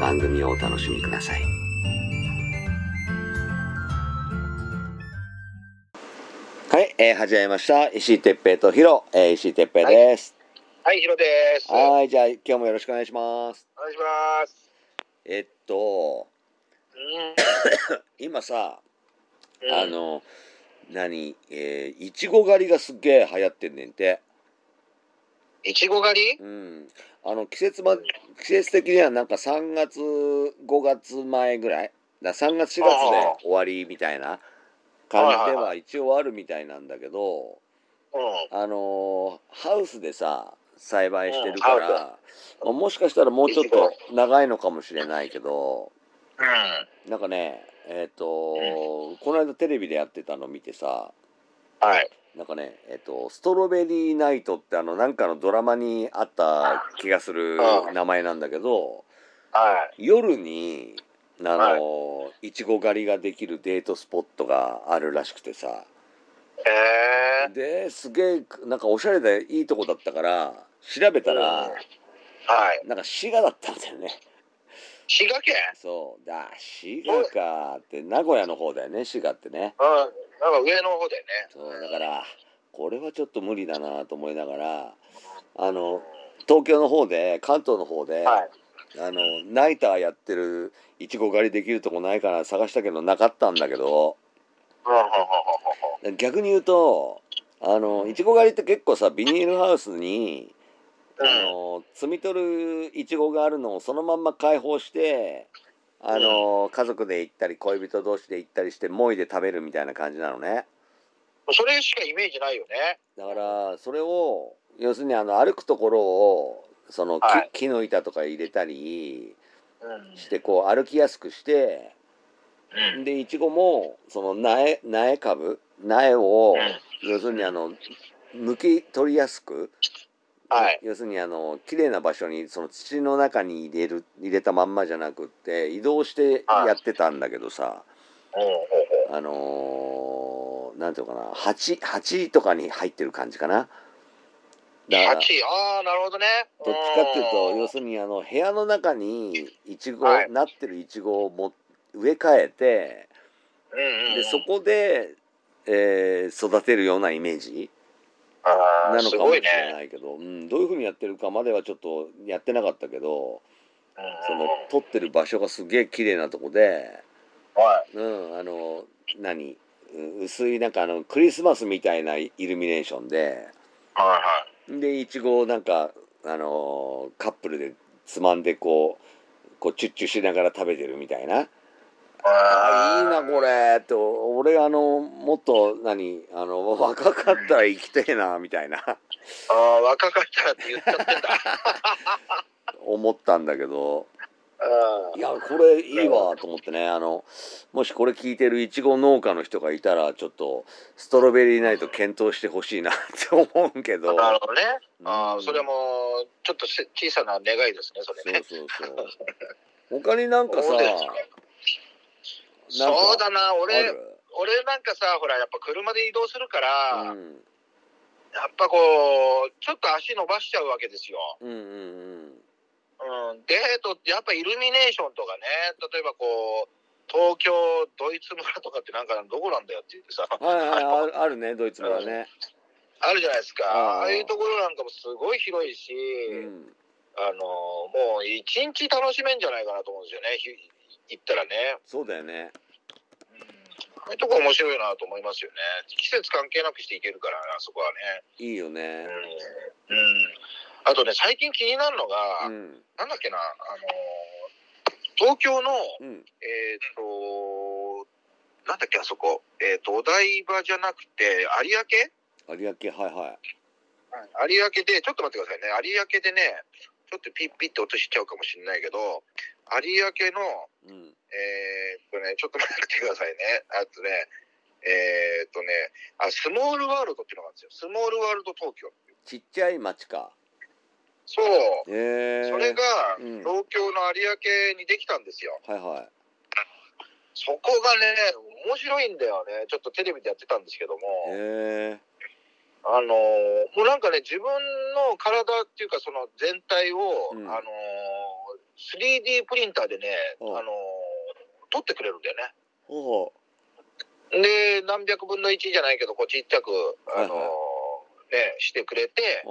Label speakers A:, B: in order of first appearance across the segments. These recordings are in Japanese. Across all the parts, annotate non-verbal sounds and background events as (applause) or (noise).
A: 番組をお楽しみください。はい、えー始めました。石井哲平とヒロ、えー石井哲平です。
B: はい、ヒロです。
A: はい、
B: お願いし
A: じゃあ今日もよろしくお願いします。
B: ます。
A: えっと、
B: う
A: 今さ、
B: ん。
A: あの、何、えー、いちご狩りがすっげえ流行ってんねんて。
B: いちご狩り
A: うん。あの、季節ま、季節的にはなんか3月、5月前ぐらい。だ3月、4月で
B: あ
A: 終わりみたいな感
B: は
A: じ
B: い
A: で
B: はい
A: は一応あるみたいなんだけど、
B: うん。
A: あのーハウスでさ、栽培してるから、
B: うん
A: まあもしかしたらもうちょっ
B: いちご
A: と長いのかもしれないけど、
B: うん。
A: なんかね、えっ、と、この間テレビでやってたの見てさ、
B: はい。
A: なんかね、えっ、と、ストロベリーナイトってあの、なんかのドラマにあった気がする
B: うん
A: 名前なんだけど、
B: はい。
A: 夜に、あの、いちご狩りができるデートスポットがあるらしくてさ、
B: えー。
A: で、すげえ、なんかおしゃれでいいとこだったから、調べた
B: うん
A: ら、
B: はい。
A: なんか滋賀だったんだよね。
B: 滋賀県
A: そう。だ、滋賀かって、名古屋の方だよね、滋賀ってね。
B: うん。なんか上の方だよね。
A: そうだからこれはちょっと無理だなと思いながらあの東京の方で関東の方で、
B: はい。
A: あのナイターやってるいちご狩りできるとこないかな探したけどなかったんだけど
B: うん、うん、うん、うん。
A: 逆に言うとあのいちご狩りって結構さビニールハウスにあの摘み取るいちごがあるのをそのまんま解放してあの家族で行ったり恋人同士で行ったりしてもいで食べるみたいな感じなのね。
B: うん。それしかイメージないよね。
A: だからそれを要するにあの歩くところをその木,、
B: はい
A: 木の板とか入れたり
B: うん。
A: してこう歩きやすくして
B: うん。
A: でいちごもその苗苗株苗を
B: うん
A: 要するにあの抜き取りやすく、
B: はい。
A: 要するにあの綺麗な場所にその土の中に入れる入れたまんまじゃなくって移動してやってたんだけどさ、
B: うん、うん、うん。
A: あのーなんていうのかな鉢鉢とかに入ってる感じかな。だから
B: 八位ああ、なるほどね。
A: どっちかっていうと要
B: る
A: するにあの部屋の中にいちご、
B: はい
A: なってるいちごをも植え替えて
B: に、うんうんうん、
A: でそこで、えー育てるようなイメージ
B: あ
A: な
B: ー
A: の
B: す
A: かも
B: ご
A: し
B: い
A: れ
B: ね。
A: ないけどうん、どういうふうにやってるかまではちょっとやってなかったけど
B: うんうん
A: その撮ってる場所がすげえ綺麗なとこで、
B: は
A: うん、あの何うん薄いなんかあのクリスマスみたいなイルミネーションで
B: い、はい、はい。
A: でいちごをなんか、あのーカップルでつまんでこうこうチュッチュしながら食べてるみたいな「あいいなこれ」って俺あのもっと何あの若かったら生きてえなみたいな
B: ああ、若かったらって言っち
A: (laughs)
B: ゃってんだ。
A: 思ったんだけど
B: うん
A: いやこれいいわと思ってねあのもしこれ聞いてるいちご農家の人がいたらちょっとストロベリーナイト検討してほしいなって思うけど。
B: なるほどね。
A: う
B: ああ、
A: ん
B: それもちょっとせ小さな願いですね、それね。
A: そうそうそう。他になんかさ、
B: そうですね
A: なんか
B: そうだな、
A: あ
B: 俺、
A: る
B: 俺なんかさ、ほら、やっぱ車で移動するか
A: う
B: ら、や
A: ん
B: っぱこう、ちょっと足伸ばしちゃうわけですよ。
A: うんうん
B: うん、デートってやっぱイルミネーションとかね、例えばこう、東京ドイツ村とかってなんかどこなんだよって言ってさ、
A: うん。はいはいあるあるねドイツ村ね。
B: あるじゃないですか。
A: ああ
B: ああいうところなんかもすごい広いし、
A: うん。
B: あのもう一日楽しめんじゃないかなと思うんですよねひ行ったらね
A: そうだよね。
B: そういうとこ面白いなと思いますよね季節関係なくしていけるからあそこはね
A: いいよね。
B: うん、うん、あとね最近気になるのが、
A: うん。
B: なんだっけなあの東京の
A: うん。
B: えっ、となんだっけあそこえっ、とお台場じゃなくて有明
A: 有明、はいはい。
B: はい有明で、ちょっと待ってくださいね。有明でね、ちょっとピッピッて落としちゃうかもしれないけど、有明の、
A: うん。
B: えーっとね、ちょっと待ってくださいね。あとね、えーっとね、あ、スモールワールドっていうのがあるんですよ。スモールワールド東京。
A: ちっちゃい町か。
B: そう。
A: へえ。
B: それが、
A: うん
B: 東京の有明にできたんですよ。
A: はいはい。
B: そこがね、面白いんだよね。ちょっとテレビでやってたんですけども。
A: へえ。
B: あのーもうなんかね、自分の体っていうか、その全体を、
A: うん
B: あのー 3D プリンターでね、
A: うん
B: あのー撮ってくれるんだよ
A: ほうほ
B: ね。で、何百分の1じゃないけど、こうちっちゃく、あのー
A: はいは
B: ね、してくれて、
A: う。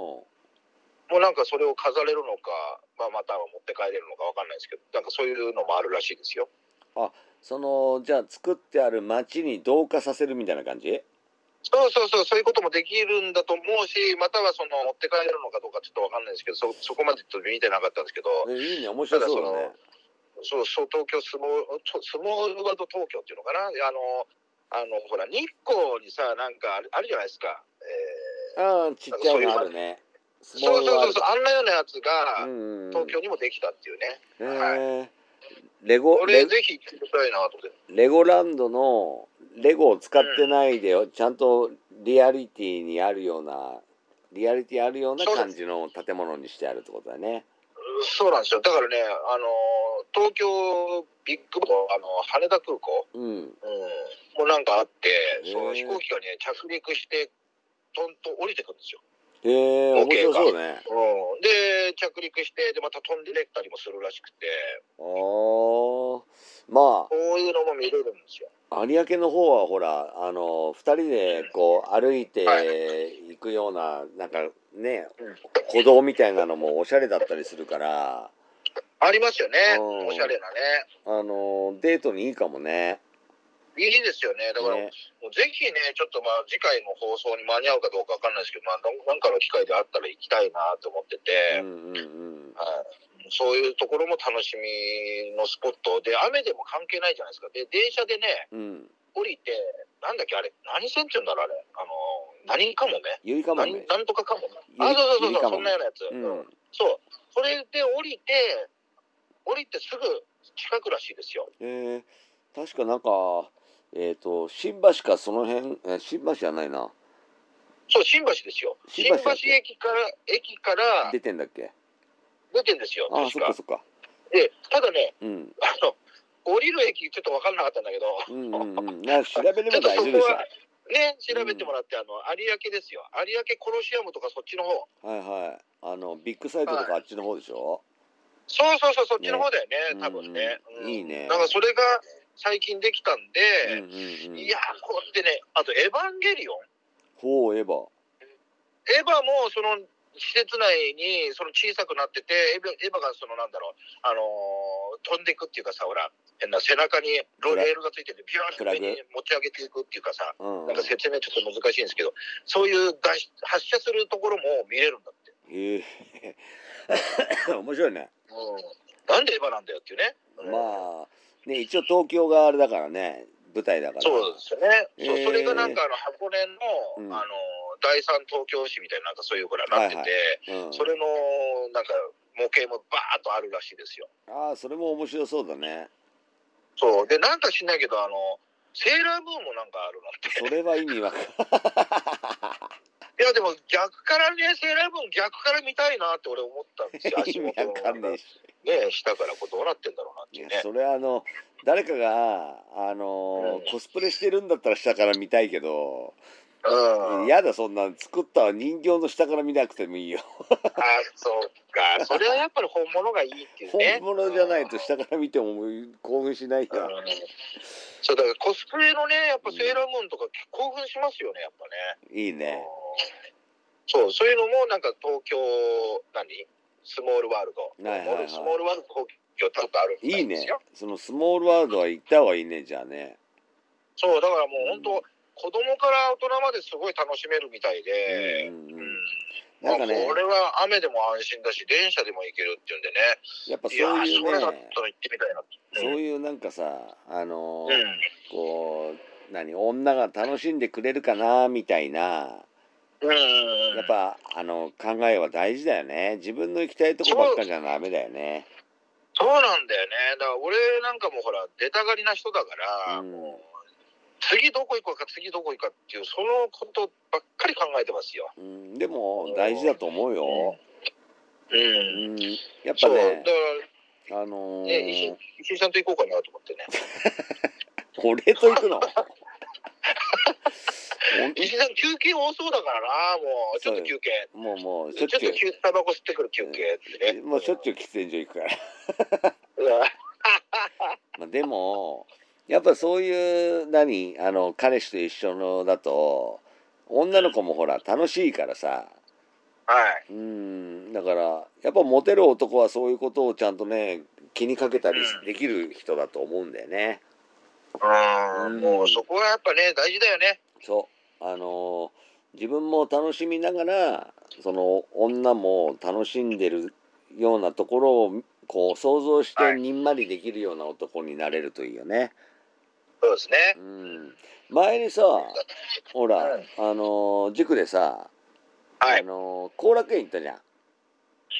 B: もうなんかそれを飾れるのか、まあ、または持って帰れるのかわかんないですけど、なんかそういうのもあるらしいですよ。
A: うん。そのじゃあ作ってある町に同化させるみたいな感じ？
B: そうそうそう、そういうこともできるんだと思うし、またはその持って帰れるのかどうかちょっとわかんないですけど、そ、そこまでちょっと見てなかったんですけど、
A: えいいね面白そうだね。
B: そうそう、東京相撲、と相撲ワールド東京っていうのかな、あの、あの、ほら、日光にさ、なんかあるあるじゃないですか。えー
A: ああちっちゃいのあるね。スモー
B: そう
A: ルワー
B: そうそ
A: ルド
B: うそう、あんなようなやつが、
A: うんうん。
B: 東京にもできたっていうね。
A: へえ。レゴ
B: こ
A: レ
B: れ、ぜひ行ってみたいなと思って。
A: レゴランドのレゴを使ってないでよ、ちゃんとリアリティにあるようなリアリティあるような
B: そうです
A: 感じの建物にしてあるってことだね。
B: そうなんですよ。だからね、あの、東京ビッグボード、あの、羽田空港、
A: うん。
B: うん、もなんかあって、そ
A: へ
B: の
A: ー
B: 飛行機がね、着陸して、トンと降りてくるんですよ。
A: へえ面白そうね。
B: うん、で、着陸して、で、また飛んでったりもするらしくて、
A: ああま
B: こういうのも見れるんですよ。
A: あ有明の方はほらあの二人でこう歩い
B: は
A: ていくようななんかね
B: うん
A: 歩道みたいなのもおしゃれだったりするから
B: ありますよね。
A: うん
B: おしゃれなね。
A: あのデートにいいかもね。
B: いいですよね。だから、
A: ね
B: もうぜひね、ちょっとまあ次回の放送に間に合うかどうかわかんないですけど、まあ、なんなんかの機会であったら行きたいなと思って
A: う
B: て、
A: んうんうん。
B: はい、そういうところも楽しみのスポットで、雨でも関係ないじゃないですか。で、電車でね、
A: うん。
B: 降りて、なんだっけ、あれ、何線って言うんだろう、あれ。あの、何かもね。
A: ゆりかも
B: 何
A: ね。
B: なんとかかもね。
A: ゆ
B: あ、そうそう
A: ゆり
B: そう
A: かも
B: そう、そんなようなやつ。
A: うん。
B: そう。それで降りて、降りてすぐ近くらしいですよ。
A: えー、確かなんか、えっ、と、新橋かその辺、えー新橋じゃないな。
B: そう、新橋ですよ。
A: 新
B: 新
A: 橋
B: 橋
A: だっけ
B: 駅から、駅から
A: 出てんだっけ
B: 出てんですよ、
A: ああ、そ
B: 確
A: っか
B: か。
A: そっか。
B: で、ただね、
A: うん。
B: あの、降りる駅ちょっと分かんなかったんだけど、
A: うんうんうん。なんか調べれば大丈夫でし
B: ちょっとそこね、調べてもらって、あの、有明ですよ。有明コロシアムとかそっちの方。
A: ょ。はいはい。あの、ビッグサイトとかあっちの方でしょ、
B: そうそうそう、そっちの方だよね、
A: ね
B: 多分ね、
A: うんいいね
B: なんかそれが最近できた
A: う
B: んで、
A: んうんうん。
B: いや、これでね、あと、エヴァンゲリオン。
A: ほう、エヴァ。
B: エヴァもその施設内にその小さくなっててエヴァエヴァがそのなんだろう、あのー飛んでいくっていうかさほら変な背中にロレールがついててビューン
A: プラ
B: っ
A: グ
B: て上に持ち上げていくっていうかさ
A: うん、う
B: なんんか。説明ちょっと難しいんですけどそういう出し発射するところも見れるんだって、
A: へえ (laughs) 面白いね。
B: うん、なんでエヴァなんだよっていうね、うん
A: まあ、ね、一応東京があれだからね、舞台だから。
B: そうですよね、
A: えー
B: そうそれがなんかあの箱根
A: うん
B: の、あの第三東京市みたいななんかそういうほらなってて、
A: はいうん、
B: それのなんか模型もバーッとあるらしいですよ
A: ああ、それも面白そうだね。
B: そう。で、なんか知んないけど、あの、セーラームーンもなんかあるなっ
A: そ
B: て。
A: れは意味わかんない
B: いや、でも逆からね、セーラームーン逆から見たいなって俺思ったんですよ。
A: 意
B: 足
A: 味 (laughs) わ
B: 元の
A: かんないし。
B: ね、下からこうどうなってんだろうなって
A: い
B: いう
A: や
B: ね。
A: それはあの誰かがあの、
B: うん
A: コスプレしてるんだったら下から見たいけど
B: うん。
A: 嫌、だそんなん作った人形の下から見なくてもいいよ、
B: あ、そうか。それはやっぱり本物がいいっていうね。
A: 本物じゃないと
B: 下
A: 下から見ても興奮しないよ、
B: そうだからコスプレのね、やっぱセーラームーンとか興奮しますよね、やっぱね。
A: いいね
B: そう、そういうのもなんか東京、何スモールワールド。
A: はいはいはい
B: スモールワールド東京ちょっとあるみた
A: いい
B: です
A: ね
B: よ。。
A: そのスモールワールドは行った方がいいね、じゃあね。
B: そう、だからもう本
A: うん
B: 当、子供から大人まですごい楽しめるみたいで、
A: うんうん
B: う
A: うんん。
B: ま
A: な
B: あ
A: んかね
B: こ、れは雨でも安心だし、電車でも行けるっていうんでね。
A: やっぱ
B: い
A: そう
B: やー、
A: い
B: それだ
A: う
B: ったら
A: ね、
B: 行ってみたいなって。
A: そういうなんかさ、あの
B: うん
A: ー、こう、何、女が楽しんでくれるかな、みたいな、
B: うんうんうん。
A: やっぱ、あの、考えは大事だよね。自分の行きたいとこばっかじゃダメだよね。
B: そうなんだよね。だから俺なんかもうほら、出たがりな人だから、
A: うん
B: もう次どこ行こうか、次どこ行くかっていう、そのことばっかり考えてますよ。
A: うん、でも、大事だと思うよ。
B: うん。
A: うん、やっぱ
B: そう、だ
A: ね
B: か、
A: あのー
B: ら、ね、石井石井さんと行こうかなと思って
A: (laughs)
B: ね。
A: 俺と行く
B: (laughs)
A: の
B: 石井さん、休憩多そうだからな、もう、ちょっと休憩。
A: もうもうし
B: ち
A: ょ
B: ょ
A: っ
B: っ
A: ちゅ
B: と
A: う
B: 休タバコ吸ってくる休憩ってね。
A: もうしょっちゅ
B: ゅ
A: う喫煙所行くから
B: うん。うん
A: まあでもやっぱそういう何あの彼氏と一緒のだと女の子もほら楽しいからさ
B: は
A: う
B: い。
A: んだからやっぱモテる男はそういうことをちゃんとね気にかけたり
B: うん
A: できる人だと思うんだよね。
B: う
A: うん
B: ん、もうそこはやっぱね、大事だよね。
A: そうあの自分も楽しみながらその女も楽しんでるようなところをこう想像し
B: は
A: て
B: い
A: にんまりできるような男になれるといいよね。
B: そうですね。
A: うん、前にさほら、
B: はい
A: あの塾でさ、
B: は
A: あ
B: い。
A: の後楽園行ったじゃん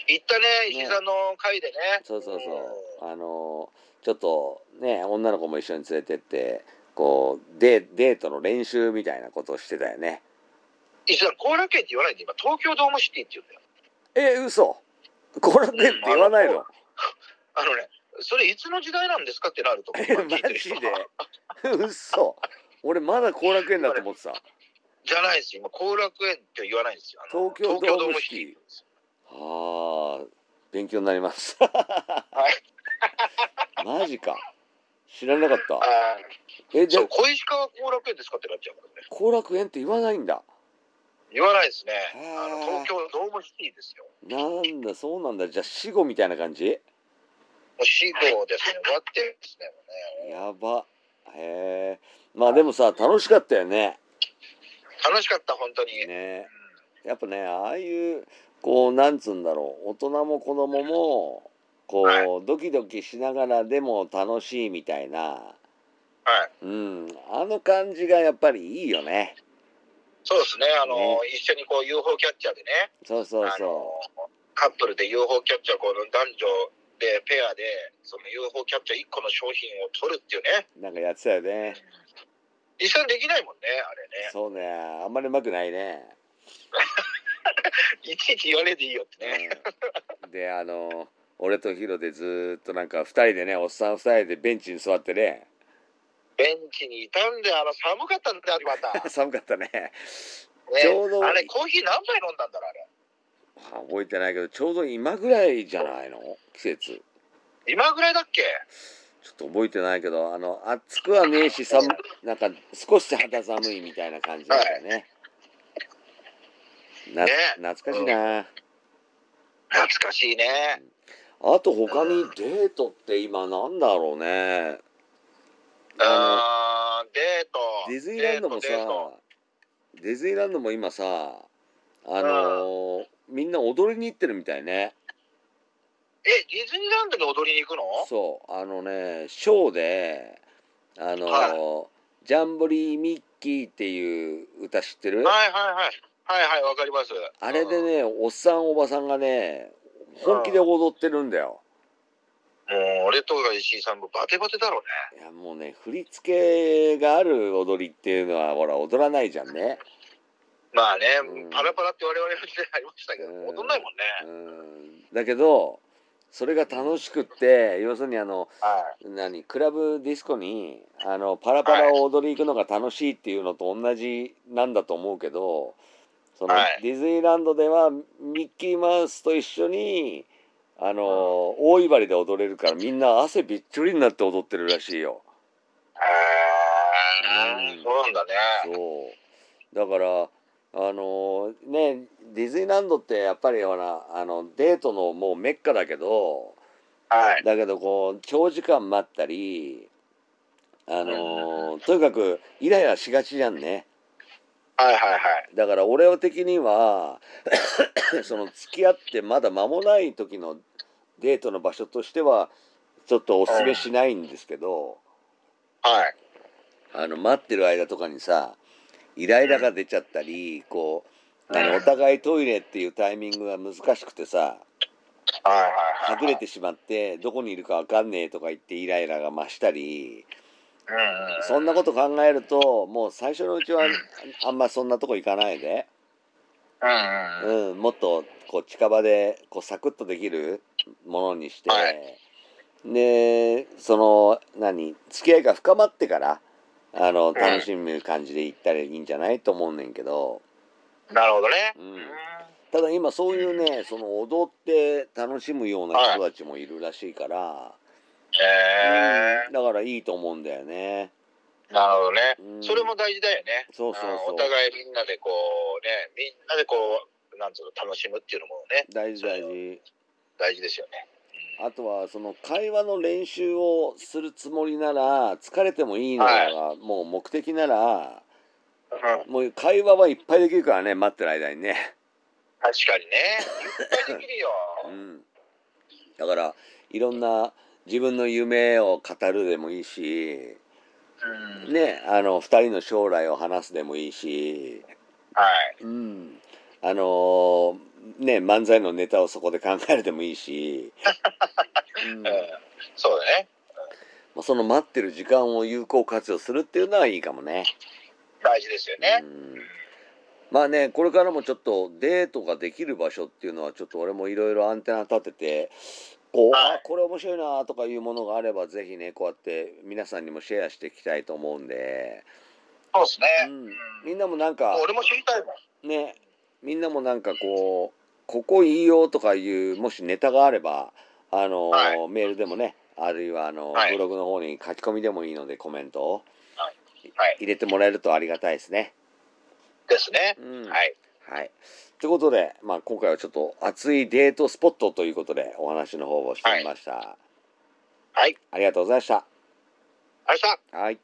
B: 行ったね、石井さんの会でね。
A: そうそうそうあのちょっとね女の子も一緒に連れてってこうデデートの練習みたいなことをしてたよね
B: 石田後楽園って言わないで今東京ドームシティって言うんだよ
A: え嘘後楽園って言わないの
B: あのねそれいつの時代なんですかってなると思う
A: え (laughs)
B: 今
A: マ
B: 聞いてる
A: ジ
B: 人
A: で嘘俺まだ後楽園だと思ってた
B: じゃないです今後楽園って言わないんですよあの
A: 東京ドームシティ
B: 東京ドーム
A: あ
B: シ
A: あ勉強になります (laughs) マジか知らなかっ
B: あ
A: たえ
B: ー
A: じゃ
B: そ
A: あ
B: う小石川後楽園ですかってなっちゃうからね
A: 後楽園って言わないんだ
B: 言わないですね
A: ー
B: あの東京ドームシティですよ
A: なんだそうなんだじゃあ死後みたいな感じ
B: もう死後ですね終わってるんですねもうね
A: やばへえまあでもさ楽しかったよね
B: 楽しかった本当に、
A: ね
B: うん
A: やっぱねああいうこうなんつうんだろう大人も子供もこう、
B: は
A: ドキドキしながらでも楽しいみたいな
B: はい
A: うんあの感じがやっぱりいいよね
B: そうですねあの
A: ね
B: 一緒にこう UFO キャッチャーでね
A: そうそうそ
B: あのカップルで UFO キャッチャーこの男女でペアでその UFO キャッチャー1個の商品を取るっていうね
A: うなんかやってたよね
B: 一緒にできないもんねあれね
A: そうねあんまりうまくないね、
B: いちいち言われていいよってね、
A: うん、であの俺とヒロでずーっとなんか2人でねおっさん2人でベンチに座ってね (laughs)
B: ベンチにいたんであの寒かったんだよま
A: (laughs)
B: た、ね、
A: 寒かったねちょうど
B: あれコーヒー何杯飲んだんだろうあれ
A: あ覚えてないけどちょうど今ぐらいじゃないの季節
B: 今ぐらいだっけ
A: ちょっと覚えてないけどあの暑くはねえし寒なんか少し肌寒いみたいな感じだったよね。な
B: ね
A: 懐かしいな、
B: 懐かしいね
A: あと他にデートって今なんだろうね
B: う
A: あ
B: ーんデート
A: のディズニーランドもさ
B: デート
A: ディズニーランドも今さあのーみんな踊りに行ってるみたいね
B: デートえディズニーランドに踊りに行くの
A: そうあのねショーであのー、ジャンボリーミッキーっていう歌知ってる
B: はいはいはいはいはいわかります
A: あれで
B: うん
A: ね、おっさんおばさんがね、本気で踊ってるんだよ。
B: もう俺とか石井さんもバテバテだろうね。
A: いやもうね、振り付けがある踊りっていうのは、ほら、踊らないじゃんね。
B: まあね、
A: うん
B: パラパラって我々の時代ありましたけ
A: う
B: ど、
A: ん
B: 踊んないもん
A: う
B: ね。
A: んだけど、それが楽しくって、要するにあの、
B: は
A: 何、クラブディスコに、あの、パラパラを踊り行くのが楽しいっていうのと同じなんだと思うけど、その、
B: はい
A: ディズニーランドではミッキーマウスと一緒に、あの、大いばりで踊れるからみんな汗びっちょりになって踊ってるらしいよ。
B: い。
A: う
B: へ
A: ん
B: ーそうなんだね。
A: そうだからああのねディズニーランドってやっぱりほらあのデートのもうメッカだけど
B: は
A: (laughs)
B: い。
A: だけどこう長時間待ったりあのとにかくイライラしがちじゃんね
B: はいはいはい。
A: だから俺的には (coughs) その付き合ってまだ間もない時のデートの場所としてはちょっとおすすめしないんですけど
B: はい。
A: あの待ってる間とかにさイライラが出ちゃったりこうあのお互いトイレっていうタイミングが難しくてさ
B: はいはいはい。
A: 隠れてしまってどこにいるかわかんねえとか言ってイライラが増したり
B: うんうん。
A: そんなこと考えるともう最初のうちはあんまそんなとこ行かないで。
B: うんうんうん。
A: うん、もっとこう近場でこうサクッとできるものにして、
B: は
A: でその何付き合いが深まってからあの
B: ん
A: 楽しむ感じで行ったらいいんじゃないと思うねんけど
B: なるほどね。
A: うん
B: うん
A: ただ今そういうねその踊って楽しむような人たちもいるらしいから、
B: へ
A: うんだからいいと思うんだよね。
B: え。なるほどね
A: うん。
B: それも大事だよね。
A: そうそう
B: うん
A: そ
B: お
A: う
B: 互いみんなでこうね、みんなでこう、なんつうの、楽しむっていうのもね、
A: 大事大事
B: 大事ですよね。
A: あとはその会話の練習をするつもりなら疲れてもいいのが、もう目的なら
B: うん。
A: もう会話はいっぱいできるからね待ってる間にね、
B: 確かにね。いっぱいできるよ。
A: うん、だからいろんな自分の夢を語るでもいいし
B: うん。
A: ねあの2人の将来を話すでもいいし、
B: はい。
A: うん、あのね漫才のネタをそこで考えるでもいいし、 (laughs) うん
B: うん。そうだね。
A: まあその待ってる時間を有効活用するっていうのはいいかもね。
B: 大事ですよね
A: う。んまあねこれからもちょっとデートができる場所っていうのはちょっと俺もいろいろアンテナ立ててこう、
B: はい
A: あこれ面白いなとかいうものがあればぜひねこうやって皆さんにもシェアしていきたいと思うんで、
B: そうです
A: う
B: ね。
A: ん、みんなもなんか
B: もう俺も知りたいもん。
A: ねみんなもなんかこうここいいよとかいうもしネタがあればあの、
B: は
A: メールでもねあるいはあの、
B: はい
A: ブログの方に書き込みでもいいのでコメントを
B: はい。
A: 入れてもらえるとありがたいですね。
B: ですね。
A: うん
B: はい。
A: はい。ということで、まあ、今回はちょっと熱いデートスポットということでお話の方をしてみました。
B: はい。
A: ありがとうございました。
B: 明日
A: はい。